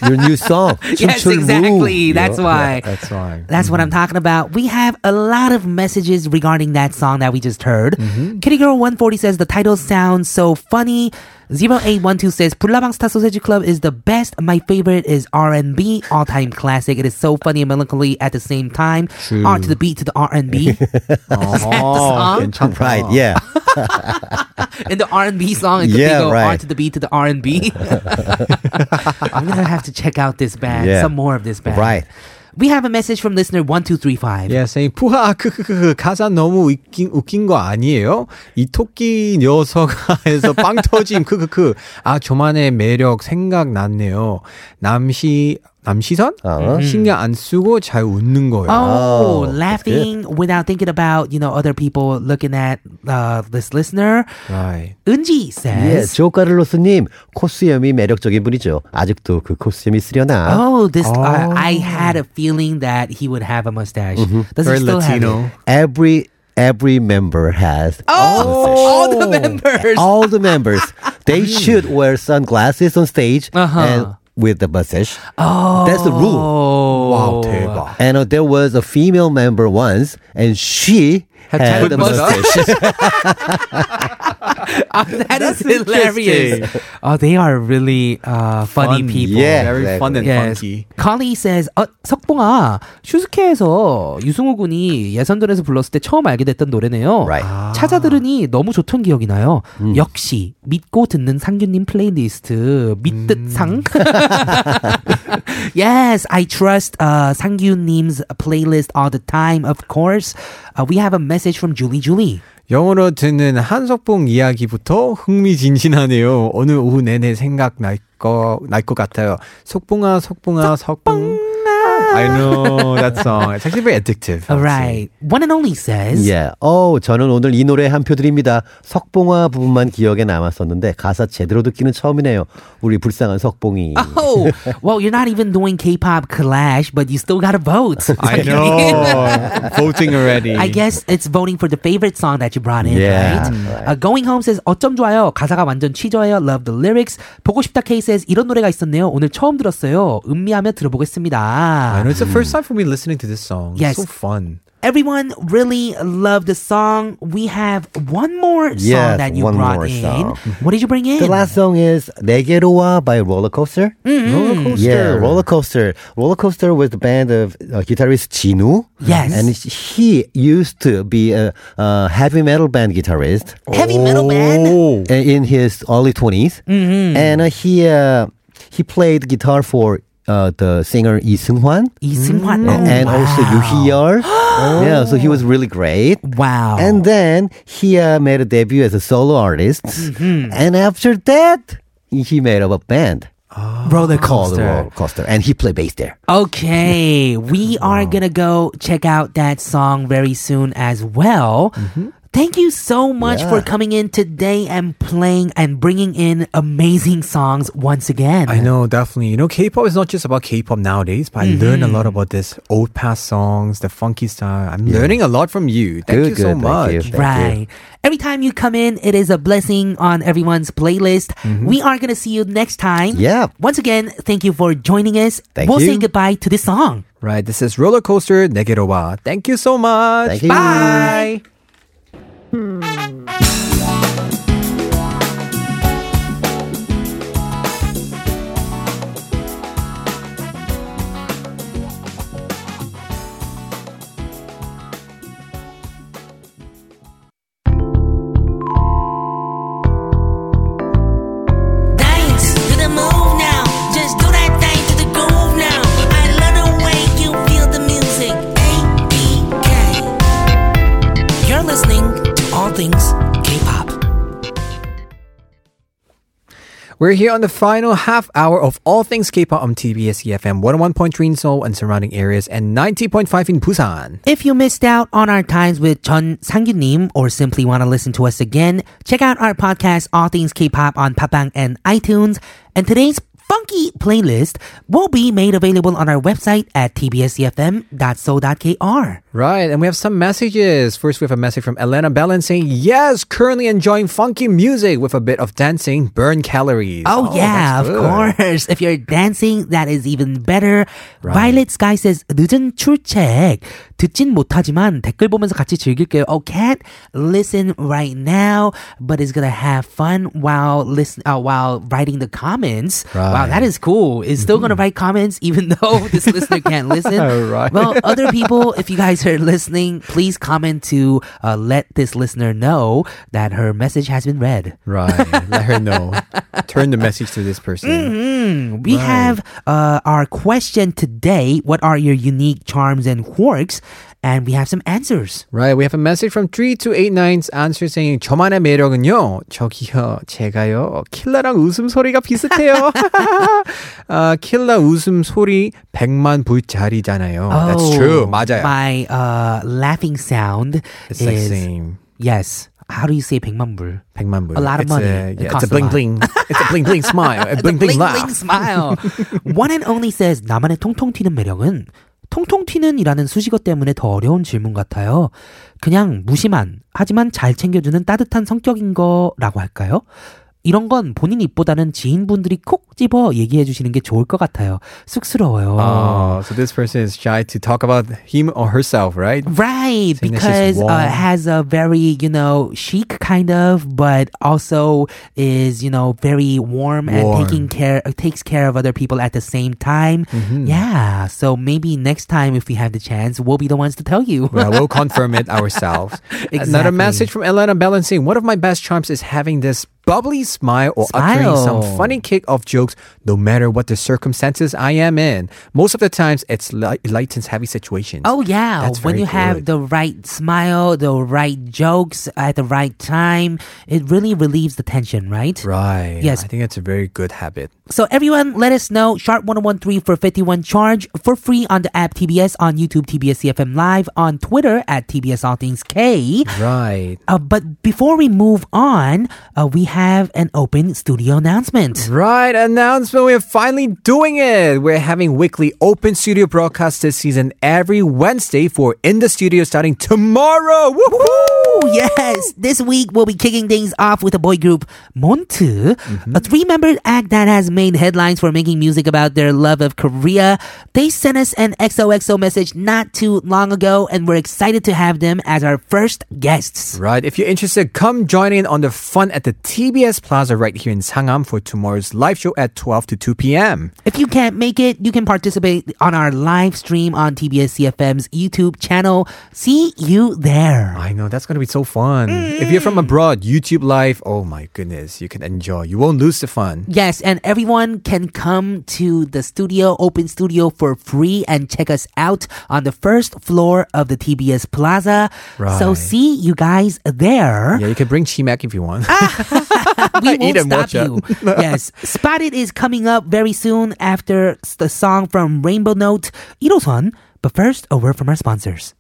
your new song. yes, 춤추는 무. exactly. That's Yeah. why. That's why. Mm-hmm. That's what I'm talking about. We have a lot of messages regarding that song that we just heard. Mm-hmm. Kitty Girl 140 says the title sounds so funny. 0812 says Pulabang Star Sausage Club is the best. My favorite is R&B, all-time classic. It is so funny and melancholy at the same time. R to the beat to the R&B. Oh, 괜찮다. Right, yeah. In the R&B song, it's a Yeah, big old R right. to the beat to the R&B. I'm going to have to check out this band, Yeah. some more of this band. Right. We have a message from listener 1235. Yeah, saying 예, 푸하 크크크크 가사 너무 웃긴 웃긴 거 아니에요? 이 토끼 녀석에서 빵 터짐 크크크 아 저만의 매력 생각났네요. 남시 남시선 어. 신경 안 쓰고 잘 웃는 거예요. Oh, Oh, that's good. laughing without thinking about you know other people looking at uh, this listener. Right. 은지 예, says, 조 카를로스님 코스염이 매력적인 분이죠. 아직도 그 코스염이 쓰려나? "Oh, this I- I had a feeling that he would have a mustache. Mm-hmm. Does Very he still have it? Latino. Every every member has Oh, all the members. all the members. They should wear sunglasses on stage Uh-huh. and with the mustache. Oh, that's the rule. 와우 Oh, 대박. And uh, there was a female member once, and she had, had a a mustache. mustache. Oh, that is hilarious. Oh, they are really uh, funny Fun. people. Yeah, Very fun and Yes. funky. Connie says, 어, 석봉아, 슈스케에서 유승호 군이 예선전에서 불렀을 때 처음 알게 됐던 노래네요. Right. 찾아 들으니 너무 좋던 기억이 나요. 음. 역시 믿고 듣는 상규님 플레이리스트 믿듯상. yes, I trust uh, 상규님's playlist all the time. Of course, uh, we have a message from Julie. Julie. 영어로 듣는 한석봉 이야기부터 흥미진진하네요. 오늘 오후 내내 생각 날거날것 같아요. 석봉아 석봉아 석봉. I know that song. It's actually very addictive. All right, one and only says. 예. 어, 저는 오늘 이 노래 한 표 드립니다. 석봉아 부분만 기억에 남았었는데 가사 제대로 듣기는 처음이네요. 우리 불쌍한 석봉이. Oh, well, you're not even doing K-pop Clash, but you still got a vote. I know. Voting already. I guess it's voting for the favorite song that you brought in, Yeah, right? Uh, going home says 어쩜 좋아요. 가사가 완전 취저예요. Love the lyrics. 보고 싶다 K says 이런 노래가 있었네요. 오늘 처음 들었어요. 음미하며 I know 들어보겠습니다. it's the first time for me listening to this song. Yes. It's so fun. Everyone really loved the song. We have one more song Yes, that you one brought more in. song. What did you bring in? The last song is 내게로와 by Rollercoaster. Rollercoaster. Yeah, Rollercoaster. Rollercoaster was the band of uh, guitarist Jinu. Yes. And he used to be a, a heavy metal band guitarist Heavy metal band. Oh. uh, in his early 20s. And uh, he uh, he played guitar for uh, the singer Lee Seung-hwan 이승환. and, and also Yoo Hee-yeol. Yeah, so he was really great. Wow. And then he uh, made a debut as a solo artist. And after that, he made up a band roller called coaster. Roller Coaster. And he played bass there. Okay, we are gonna go check out that song very soon as well. Mm-hmm. Thank you so much for coming in today and playing and bringing in amazing songs once again. I know, definitely. You know, K-pop is not just about K-pop nowadays, but I learn a lot about this old past songs, the funky style. I'm learning a lot from you. Thank Good, you so good. Thank much. you. Thank Right. Every time you come in, it is a blessing on everyone's playlist. We are going to see you next time. Mm-hmm. Yeah. Once again, thank you for joining us. Thank we'll you. say goodbye to this song. Right. This is Roller Coaster Negerowa. Thank you so much. Thank you. Bye. Dance to the move now. Just do that thing to the groove now. I love the way you feel the music. ABK. You're listening to all things K-pop. We're here on the final half hour of all things K-pop on TBS EFM 101.3 in Seoul and surrounding areas and 90.5 in Busan. If you missed out on our times with Chun Sangyunim or simply want to listen to us again, check out our podcast All Things K-pop on Papang and iTunes. And today's funky playlist will be made available on our website at tbscfm.so.kr. Right, and we have some messages. First, we have a message from Elena Bellin saying, Yes, currently enjoying funky music with a bit of dancing, burn calories. Oh, yeah, that's of good. course. If you're dancing, that is even better. Violet Sky says 늦은 출첵 듣진 못하지만 댓글 보면서 같이 즐길게요. Oh, can't listen right now, but is gonna have fun while listen uh, while writing the comments. Wow, that is cool. Is still gonna write comments even though this listener can't listen. Mm-hmm. Right. Well, other people, if you guys are listening, please comment to uh, let this listener know that her message has been read. Right, let her know. Turn the message to this person. Mm-hmm. We have uh, our question today. What are your unique charms and quirks? and we have some answers. Right, we have a message from 3289's answer saying 저만의 매력은요. 저기요, 제가요. 킬라랑 웃음소리가 비슷해요. 아, 킬라 웃음소리 100만 불짜리잖아요. That's true. 맞아요. Oh, My uh, laughing sound It's like is same. yes. How do you say 백만 불? 100만 불. A lot of it's money. A, It yeah, it's costs a a bling lot. bling. It's a bling bling smile. A bling bling bling laugh. smile. One and only says 나만의 통통 튀는 매력은 통통 튀는이라는 수식어 때문에 더 어려운 질문 같아요. 그냥 무심한 하지만 잘 챙겨주는 따뜻한 성격인 거라고 할까요? 이런 건 본인 입보다는 지인분들이 콕 집어 얘기해 주시는 게 좋을 것 같아요. 쑥스러워요. Oh, so this person is shy to talk about him or herself, right? Right, Saying that she's because warm. uh, has a very you know chic kind of, but also is you know very warm, and Warm. taking care uh, takes care of other people at the same time. Mm-hmm. Yeah, so maybe next time if we have the chance, we'll be the ones to tell you. Well, we'll confirm it ourselves. Another Exactly. message from Elena Balancing. One of my best charms is having this bubbly smile or uttering some Smile. funny kick off jokes no matter what the circumstances I am in. Most of the times, it's light, lightens heavy situations. Oh yeah, That's when very you have good. the right smile, the right jokes at the right time, it really relieves the tension, right? Right. Yes. I think that's a very good habit. So everyone, let us know sharp 1013 for 51 charge for free on the app TBS on YouTube TBS CFM live on Twitter at TBS All Things K. Right. Uh, but before we move on, uh, we have an open studio announcement. Right, announcement. We're finally doing it. We're having weekly open studio broadcasts this season every Wednesday for In the Studio starting tomorrow. Woohoo! Yes, this week we'll be kicking things off with a boy group, Montu, a three membered act that has made headlines for making music about their love of Korea. They sent us an XOXO message not too long ago, and we're excited to have them as our first guests. Right, if you're interested, come join in on the fun at the TBS Plaza right here in Sangam for tomorrow's live show at 12 to 2 p.m. If you can't make it, you can participate on our live stream on TBS CFM's YouTube channel. See you there. I know, that's going to be so fun. If you're from abroad, YouTube Live, oh my goodness, you can enjoy. You won't lose the fun. Yes, and everyone can come to the studio, open studio for free and check us out on the first floor of the TBS Plaza. So Right. see you guys there. Yeah, you can bring Chimac if you want. we Eat won't and stop watch out. you. yes. Spotted is coming up very soon after s- the song from Rainbow Note, Iro-sun. But first, a word from our sponsors.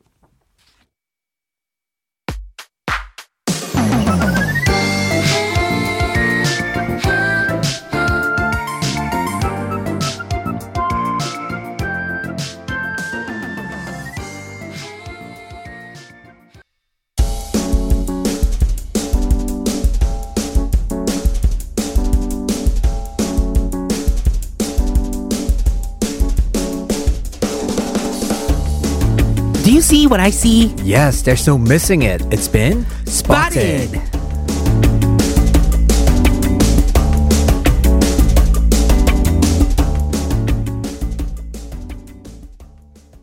Do you see what I see? yes, there's no missing it. It's been spotted. spotted.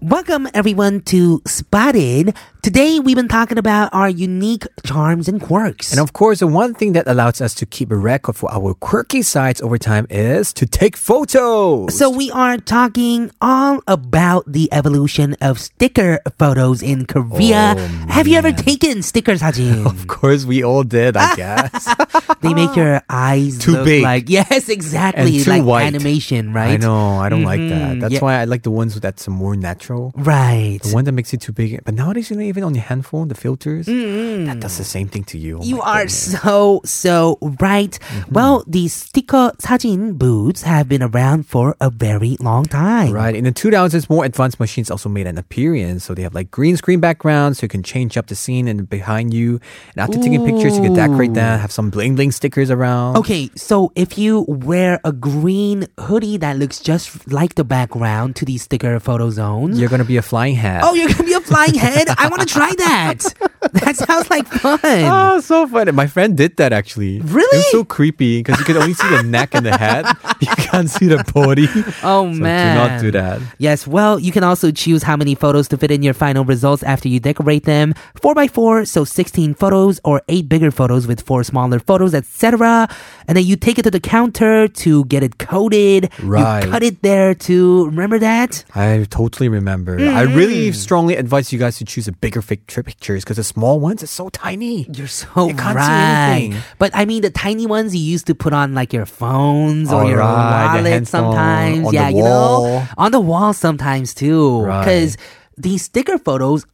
Welcome everyone to Spotted. Today we've been talking about our unique charms and quirks. And of course, the one thing that allows us to keep a record for our quirky sides over time is to take photos. so we are talking all about the evolution of sticker photos in Korea. Oh, Have you ever taken sticker 사진? of course, we all did, I guess. They make your eyes Too look big. like yes, exactly too like white. animation, I right? know, I don't like that. Mhm, That's yeah. why I like the ones that's more natural. Right. The one that makes it too big. But nowadays, you know, even on your handphone, the filters, that does the same thing to Mm-hmm. you. Oh You my are goodness. Mm-hmm. so, so right. Well, the sticker sajin booths have been around for a very long time. Right. In the 2000s, more advanced machines also made an appearance. So they have like green screen backgrounds, so you can change up the scene and behind you. And after taking pictures, you can decorate that, have some bling bling stickers around. Okay, so if you wear a green hoodie that looks just like the background to the sticker photo zones, You're going to be a flying hat. oh, you're gonna be a flying head? I wanna try that. That sounds like fun. Ah, Oh, so funny. My friend did that actually. It Really? was so creepy because you could only see the neck and the head. you can't see the body. Oh So man. do not do that. Yes, well, you can also choose how many photos to fit in your final results after you decorate them. 4x4, so 16 photos or 8 bigger photos with 4 smaller photos, etc. And then you take it to the counter to get it coated. Right. You cut it there to remember that? I totally remember. I Mm-hmm. really strongly advise you guys to choose a bigger fake trip pictures because the small ones are so tiny. You're so You can't see right. anything. but I mean, the tiny ones you used to put on like your phones or Oh, your right, the wallet handphone, sometimes. on the yeah, you know, wall. on the wall sometimes too. Right. Because these sticker photos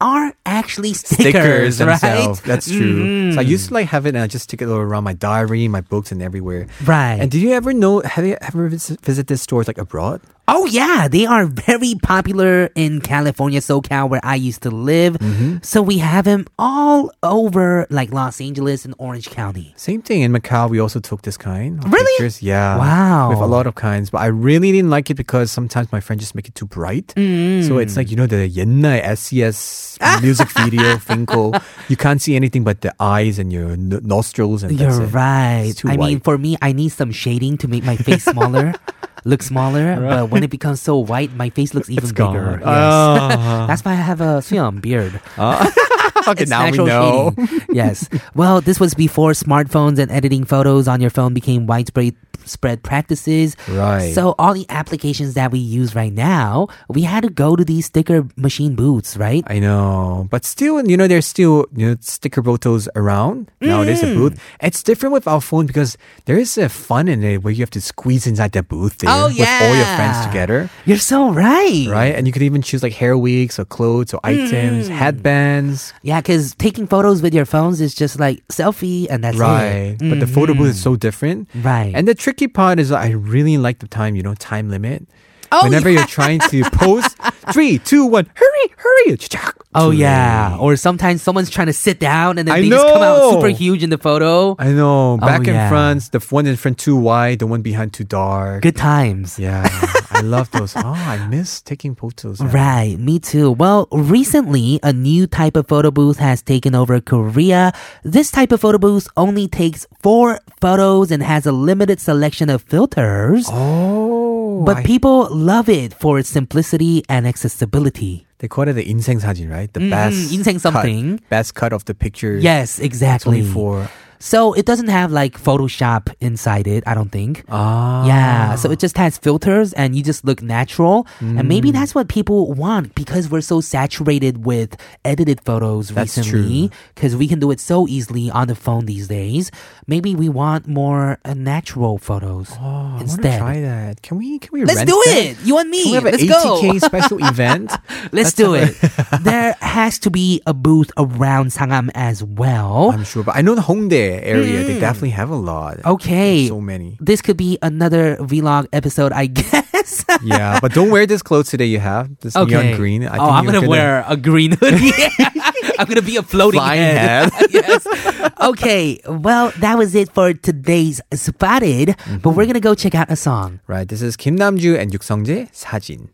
are actually stickers, Stickers right? Mm-hmm. themselves. That's true. So I used to like have it and I just stick it all around my diary, my books, and everywhere. Right. And did you ever know? Have you ever vis- visited this stores like abroad? Oh yeah, they are very popular in California, SoCal, where I used to live. Mm-hmm. So we have them all over, like Los Angeles and Orange County. Same thing in Macau. We also took this kind. Of Really? Pictures. Yeah. Wow. We have a lot of kinds, but I really didn't like it because sometimes my friends just make it too bright. So Mm. it's like you know the 옛날 SES music video Finkel. You can't see anything but the eyes and your n- nostrils and that's You're it. right. It's too I white. mean, for me, I need some shading to make my face smaller, look smaller. But when it becomes so white, my face looks even bigger. Yes. Ah. That's why I have a suyam beard. okay, It's now we natural know. shading. yes. Well, this was before smartphones and editing photos on your phone became widespread spread practices. Right. So all the applications that we use right now, we had to go to these sticker machine booths, right? I know, but still, you know, there's still you know sticker photos around nowadays. Mm. A booth. It's different with our phone because there is a fun in it where you have to squeeze inside the booth there Oh, with all your yeah. friends together. You're so right. right? And you could even choose like hair wigs or clothes or Mm. items, headbands, Yeah, because taking photos with your phones is just like selfie and that's right? it. Mm. But the photo booth is so different, Right. And the tricky part is I really like the time, you know, time limit. Oh, Whenever you're trying to post, three, two, one, hurry, hurry! Oh yeah, or sometimes someone's trying to sit down and then I they just come out know. super huge in the photo. I know. Back in Oh, yeah. front, the one in front too wide, the one behind too dark. Good times. Yeah, I love those. Oh, I miss taking photos. Right, me too. Well, recently, a new type of photo booth has taken over Korea. This type of photo booth only takes four photos and has a limited selection of filters. Oh, but I- people love it for its simplicity and accessibility. they call it the inseng sajin, right? The Mm, best 인생 cut- something. best cut of the picture. Yes, exactly. only for So it doesn't have like Photoshop inside it, I don't think. Ah. Yeah, so it just has filters and you just look natural. And maybe Mm. that's what people want because we're so saturated with edited photos That's recently because we can do it so easily on the phone these days. Maybe we want more uh, natural photos Oh, I want to instead. try that. Can we? Can we? Let's rent do that? it. You and Can me. we have Let's an go. 80k special event? That's Let's do a- it. there has to be a booth around Sangam as well. I'm sure, but I know the Hongdae area. They definitely have a lot. Mm. Okay. There's so many. This could be another vlog episode, I guess. Yeah, but don't wear this clothes today. You have this neon green. I oh, I'm you're gonna, wear a green hoodie. I'm gonna be a floating Flying head. yes. Okay. Well, that was it for today's spotted. But we're Mm-hmm. gonna go check out a song. Right. This is Kim Namju and Yuk Sungjae Sajin.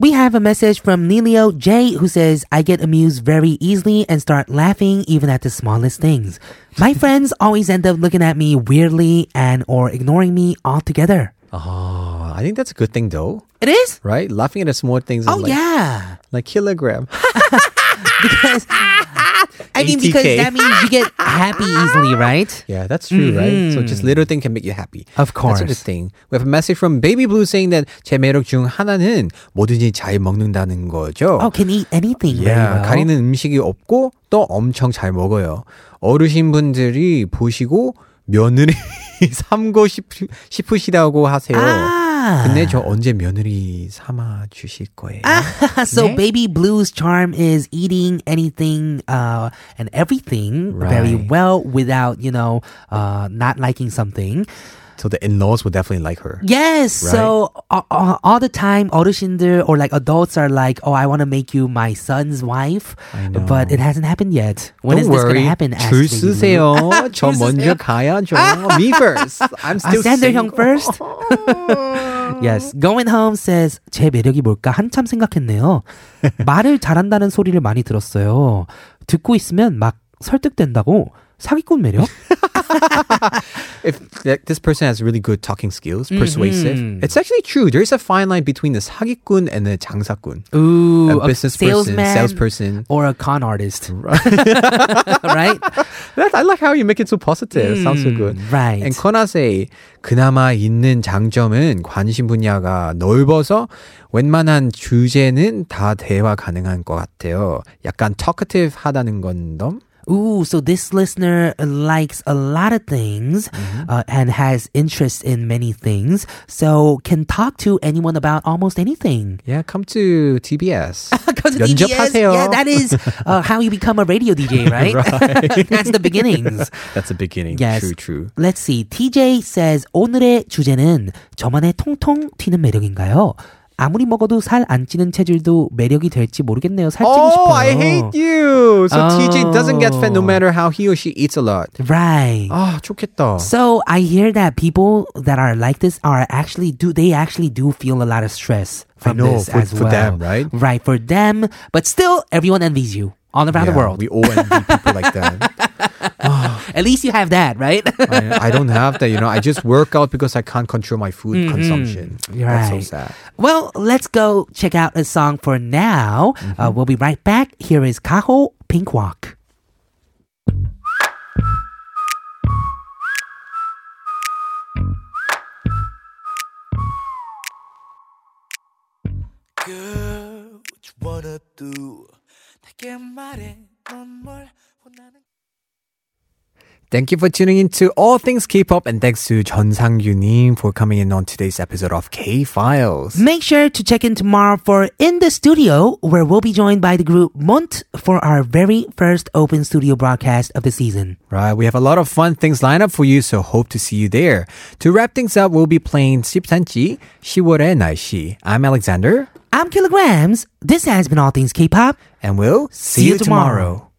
We have a message from Nilio J who says, I get amused very easily and start laughing even at the smallest things. My friends always end up looking at me weirdly and or ignoring me altogether. Oh, I think that's a good thing though, It is? right? Laughing at the small things. Oh is like, yeah. like kilogram. Because I mean because 80K. that means you get happy easily, right? Yeah, that's true, right? So just little thing can make you happy. Mm-hmm. Of That's a course. good thing. We have a message from Baby Blue saying that 제 매력 중 하나는 뭐든지 잘 먹는다는 거죠. Oh, can eat anything. very Yeah, well. 가리는 음식이 없고 또 엄청 잘 먹어요. 어르신분들이 보시고 며느리 삼고 싶, 싶으시다고 하세요. Ah. 근데 저 언제 며느리 삼아 주실 거예요? so 네. baby blue's charm is eating anything uh, and everything very Right. well without you know uh, not liking something So the in-laws would definitely like her. Yes. Right. So uh, uh, all the time, 어르신들 or like adults are like, "Oh, I want to make you my son's wife," but it hasn't happened yet. When is Don't this worry. gonna happen? asked 줄 Lady Lu. 쓰세요. 저 먼저 가야죠. Me first. I'm 아, still Sander single. Young first. yes. Going home says 제 매력이 뭘까 한참 생각했네요. 말을 잘한다는 소리를 많이 들었어요. 듣고 있으면 막 설득된다고 사기꾼 매력? if like, this person has really good talking skills, persuasive, Mhm. it's actually true. There's a fine line between the 사기꾼 and the 장사꾼, Ooh, a business person, salesperson. or a con artist, right? That, I like how you make it so positive. Sounds so good. Right. And Konase, 그나마 있는 장점은 관심 분야가 넓어서 웬만한 주제는 다 대화 가능한 것 같아요. 약간 talkative 하다는 건덤. Ooh, so this listener likes a lot of things Mm-hmm. uh, and has interest in many things. So can talk to anyone about almost anything. Yeah, come to TBS. Because of 연접하세요. Yeah, that is uh, how you become a radio DJ, right? That's the beginnings. That's a beginning. Yes. True, true. Let's see. TJ says 오늘의 주제는 저만의 통통 튀는 매력인가요? 아무리 먹어도 살 안 찌는 체질도 매력이 될지 모르겠네요. 살찌고 싶어요. Oh, I hate you. So TJ doesn't get fat no Oh. matter how he or she eats a lot. Right. 아, 좋겠다. So I hear that people that are like this are actually do they actually do feel a lot of stress from know, this for- as for well. them, right? Right for them, but still everyone envies you all around the Yeah, world. We all envy people like that. At least you have that, right? I, I don't have that, you know. I just work out because I can't control my food consumption. Mm-hmm. You're That's so right. sad. well, let's go check out a song for now. Mm-hmm. Uh, we'll be right back. Here is Kaho Pink Walk. Girl, what you wanna do? 내게 말해, 넌뭘 원하는 Thank you for tuning in to All Things K-pop and thanks to John Sang Yunim for coming in on today's episode of K Files. Make sure to check in tomorrow for In the Studio, where we'll be joined by the group Mont for our very first open studio broadcast of the season. Right, we have a lot of fun things lined up for you, so hope to see you there. To wrap things up, we'll be playing 십산지 10월의 날씨. I'm Alexander, I'm Kilograms. This has been All Things K-pop. and we'll see, See you you tomorrow. tomorrow.